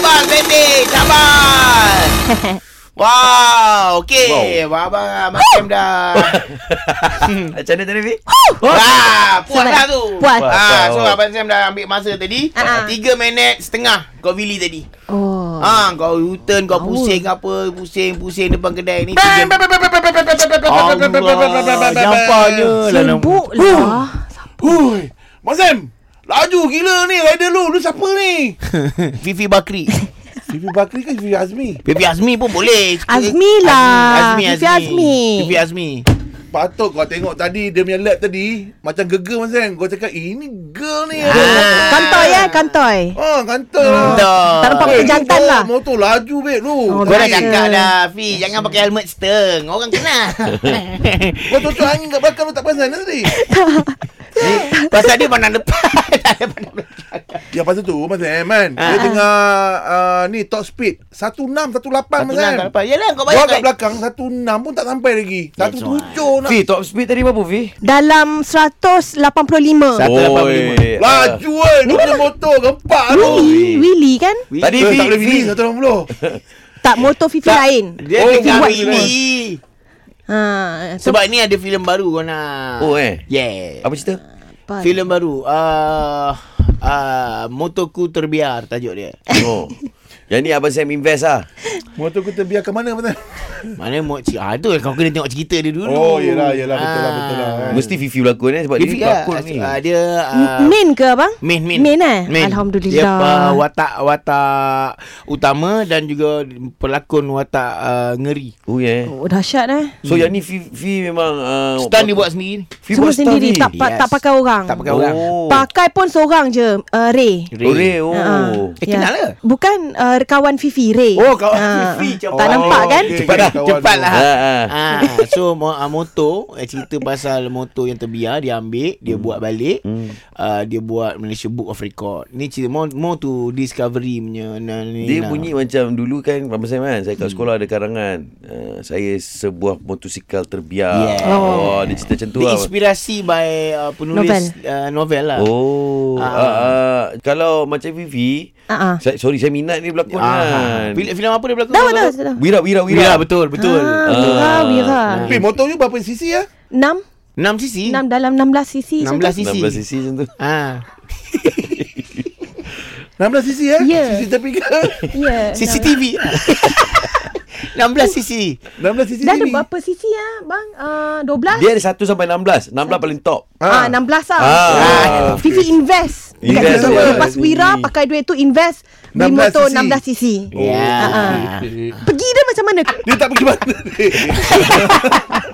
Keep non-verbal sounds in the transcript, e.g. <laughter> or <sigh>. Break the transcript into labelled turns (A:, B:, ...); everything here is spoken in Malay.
A: pendek.
B: <laughs>
A: Sabar. Wow, okey. Wow. Abang macam
B: <laughs>
A: dah.
C: Macam mana tadi Fik?
A: Wah, puas
B: Sabar.
A: lah tu.
B: Puas.
A: Ah, so
C: Puas.
A: Abang Sam dah ambil masa tadi.
B: Ah.
A: Tiga minit setengah kau Vili tadi.
B: Oh.
A: Ah, kau U-turn, kau
B: Power.
A: pusing apa, pusing-pusing depan kedai ni.
C: Bang,
A: Tiga...
C: bang, bang, bang, bang, bang, bang, bang, bang, bang, bang, bang, bang, bang, bang, bang,
D: Allah,
C: bang.
D: Jampaknya
B: <laughs>
D: lah nama.
B: Sibuk
A: Oh.
B: lah.
D: Hui Abang Sam Laju gila ni rider lu Lu siapa ni
A: Fifi Bakri.
D: Fifi Bakri ke Fifi Azmi
A: Fifi Azmi pun boleh.
B: Azmi lah.
A: Azmi,
B: Fifi
A: Azmi.
B: Azmi.
A: Fifi Azmi.
D: Patut kau tengok tadi Dia punya lab tadi Macam gegar Abang Sam Kau cakap "Eh, Ini girl ni
A: Ah.
B: Kantoi eh, kantoi.
D: Ah, kantoi lah
A: Betul.
B: Oh. Tak nampak
D: Eh,
B: macam jantan
D: lu bawa
B: lah.
D: Motor laju beb lu
B: Oh,
A: Kau dah
B: Baik.
A: cakap dah Fi Jangan pakai helmet steng Orang kenal
D: Kau cucuk angin kat belakang Lu tak perasan dah tadi
A: Pasal dia pandang depan <laughs> Dia pandang depan
D: Ya pasal tu Mas Sam kan Dia
A: Ah.
D: tengah uh, Ni top speed 16 18
A: Satu
D: Mas
A: lang kat
D: Sam
A: depan Yalah kau
D: Kau
A: bayangkan
D: kat kan? belakang 16 pun tak sampai lagi 17 nak
C: Fik, top speed tadi berapa Fik?
B: Dalam 185.
C: Satu lapan puluh lima.
D: Ah. Laju eh Kau punya motor Gempak tu
B: Willy, Willy kan?
C: Tadi
D: Eh,
C: Fik,
D: Tak boleh finish
C: Fik.
D: 180
B: Tak motor Fifi
A: Tak.
B: lain.
A: Dia
D: Oh,
A: cakap
D: buat
A: ini
B: Ha, so,
A: Sebab ni ada filem baru kau nak
C: Oh, eh?
A: Yeah
C: Apa cerita?
B: apa?
A: Filem baru Ah, ah, Motoku Terbiar Tajuk dia
C: Oh. Yang ni Abang Sam invest lah.
D: Motor aku terbiar ke mana Mas Sam
A: Mana mo ah, tu kau kena tengok cerita dia dulu
D: Oh, yelah, yelah, betul lah,
A: Ah.
D: betul lah, kan.
C: Mesti Fifi berlakon eh sebab
A: Dia
C: dia berlakon
A: fikir
C: ni.
A: ah, Dia ah,
B: Min ke abang?
A: Min Min
B: Min eh? Alhamdulillah.
A: Dia uh, watak Watak Utama Dan juga Pelakon watak uh, Ngeri
C: Oh yeah.
B: Oh, dahsyat eh.
C: So yang ni Fi, Fi memang uh,
A: Stan dia buat sendiri
C: Fi
B: Semua
C: buat stunt
B: sendiri,
C: ni.
B: tak pa- tak pakai orang.
A: Tak pakai orang
C: Oh.
B: Pakai pun seorang je, uh, Ray.
C: Oh, Ray. Oh.
B: Ha,
A: Eh, kenal ke?
B: Bukan uh, kawan Fifi, Ray. Ha.
A: Oh, kawan Fifi,
B: Tak
A: cepat.
D: Oh,
B: nampak kan?
D: okey,
C: Cepat dah,
D: kawan
A: cepat
D: tu.
A: lah.
C: Ha, ha.
A: Ah, so mo- ah, motor eh, cerita pasal motor yang terbiar dia ambil dia
C: Hmm.
A: buat balik Ah, dia buat Malaysia Book of Record ni cerita more, more to discovery punya na, ni,
C: Dia
A: lah.
C: bunyi macam dulu kan Abang Sam kan Saya kat sekolah ada karangan uh, Saya sebuah motosikal terbiar
A: Yeah.
C: Oh Dia cerita macam tu lah
A: diinspirasi by uh, penulis
B: Novel.
A: novel, uh, novel lah
C: Oh
A: Ah.
C: ah. Ah, ah. Kalau macam Vivi
B: Ah, ah.
C: saya, Sorry saya minat dia berlakon
A: Ah,
C: kan
A: filem filem apa dia berlakon?
B: Dah,
A: Kau
B: dah,
A: tahu?
B: dah.
C: Wira Wira
A: Wira
C: Wira
A: betul betul.
B: Ah,
A: Ah.
B: Wira, Wira.
D: Tapi motor you berapa sisi ya?
B: 6
A: 6 sisi.
B: 6 dalam 16 sisi
A: 16 sisi.
C: 16 sisi macam tu
A: Ah.
D: 16 sisi ya?
B: Ya.
D: Sisi tepi
B: <laughs>
D: ke?
B: Ya.
A: CCTV. <laughs> 16 sisi.
D: 16 sisi
B: Dah ada
D: sini.
B: berapa sisi ah bang? Uh, 12?
C: Dia ada 1 sampai 16 16 paling top
B: Ah, 16 lah.
C: Ah,
B: Ah, Fifi invest.
C: Invest,
B: Invest.
C: ya.
B: Lepas Wira pakai duit tu invest beli
D: 16
B: motor 16 sisi.
D: sisi.
A: Ya.
B: Pergi dia macam mana? <laughs>
D: Dia tak pergi mana ni?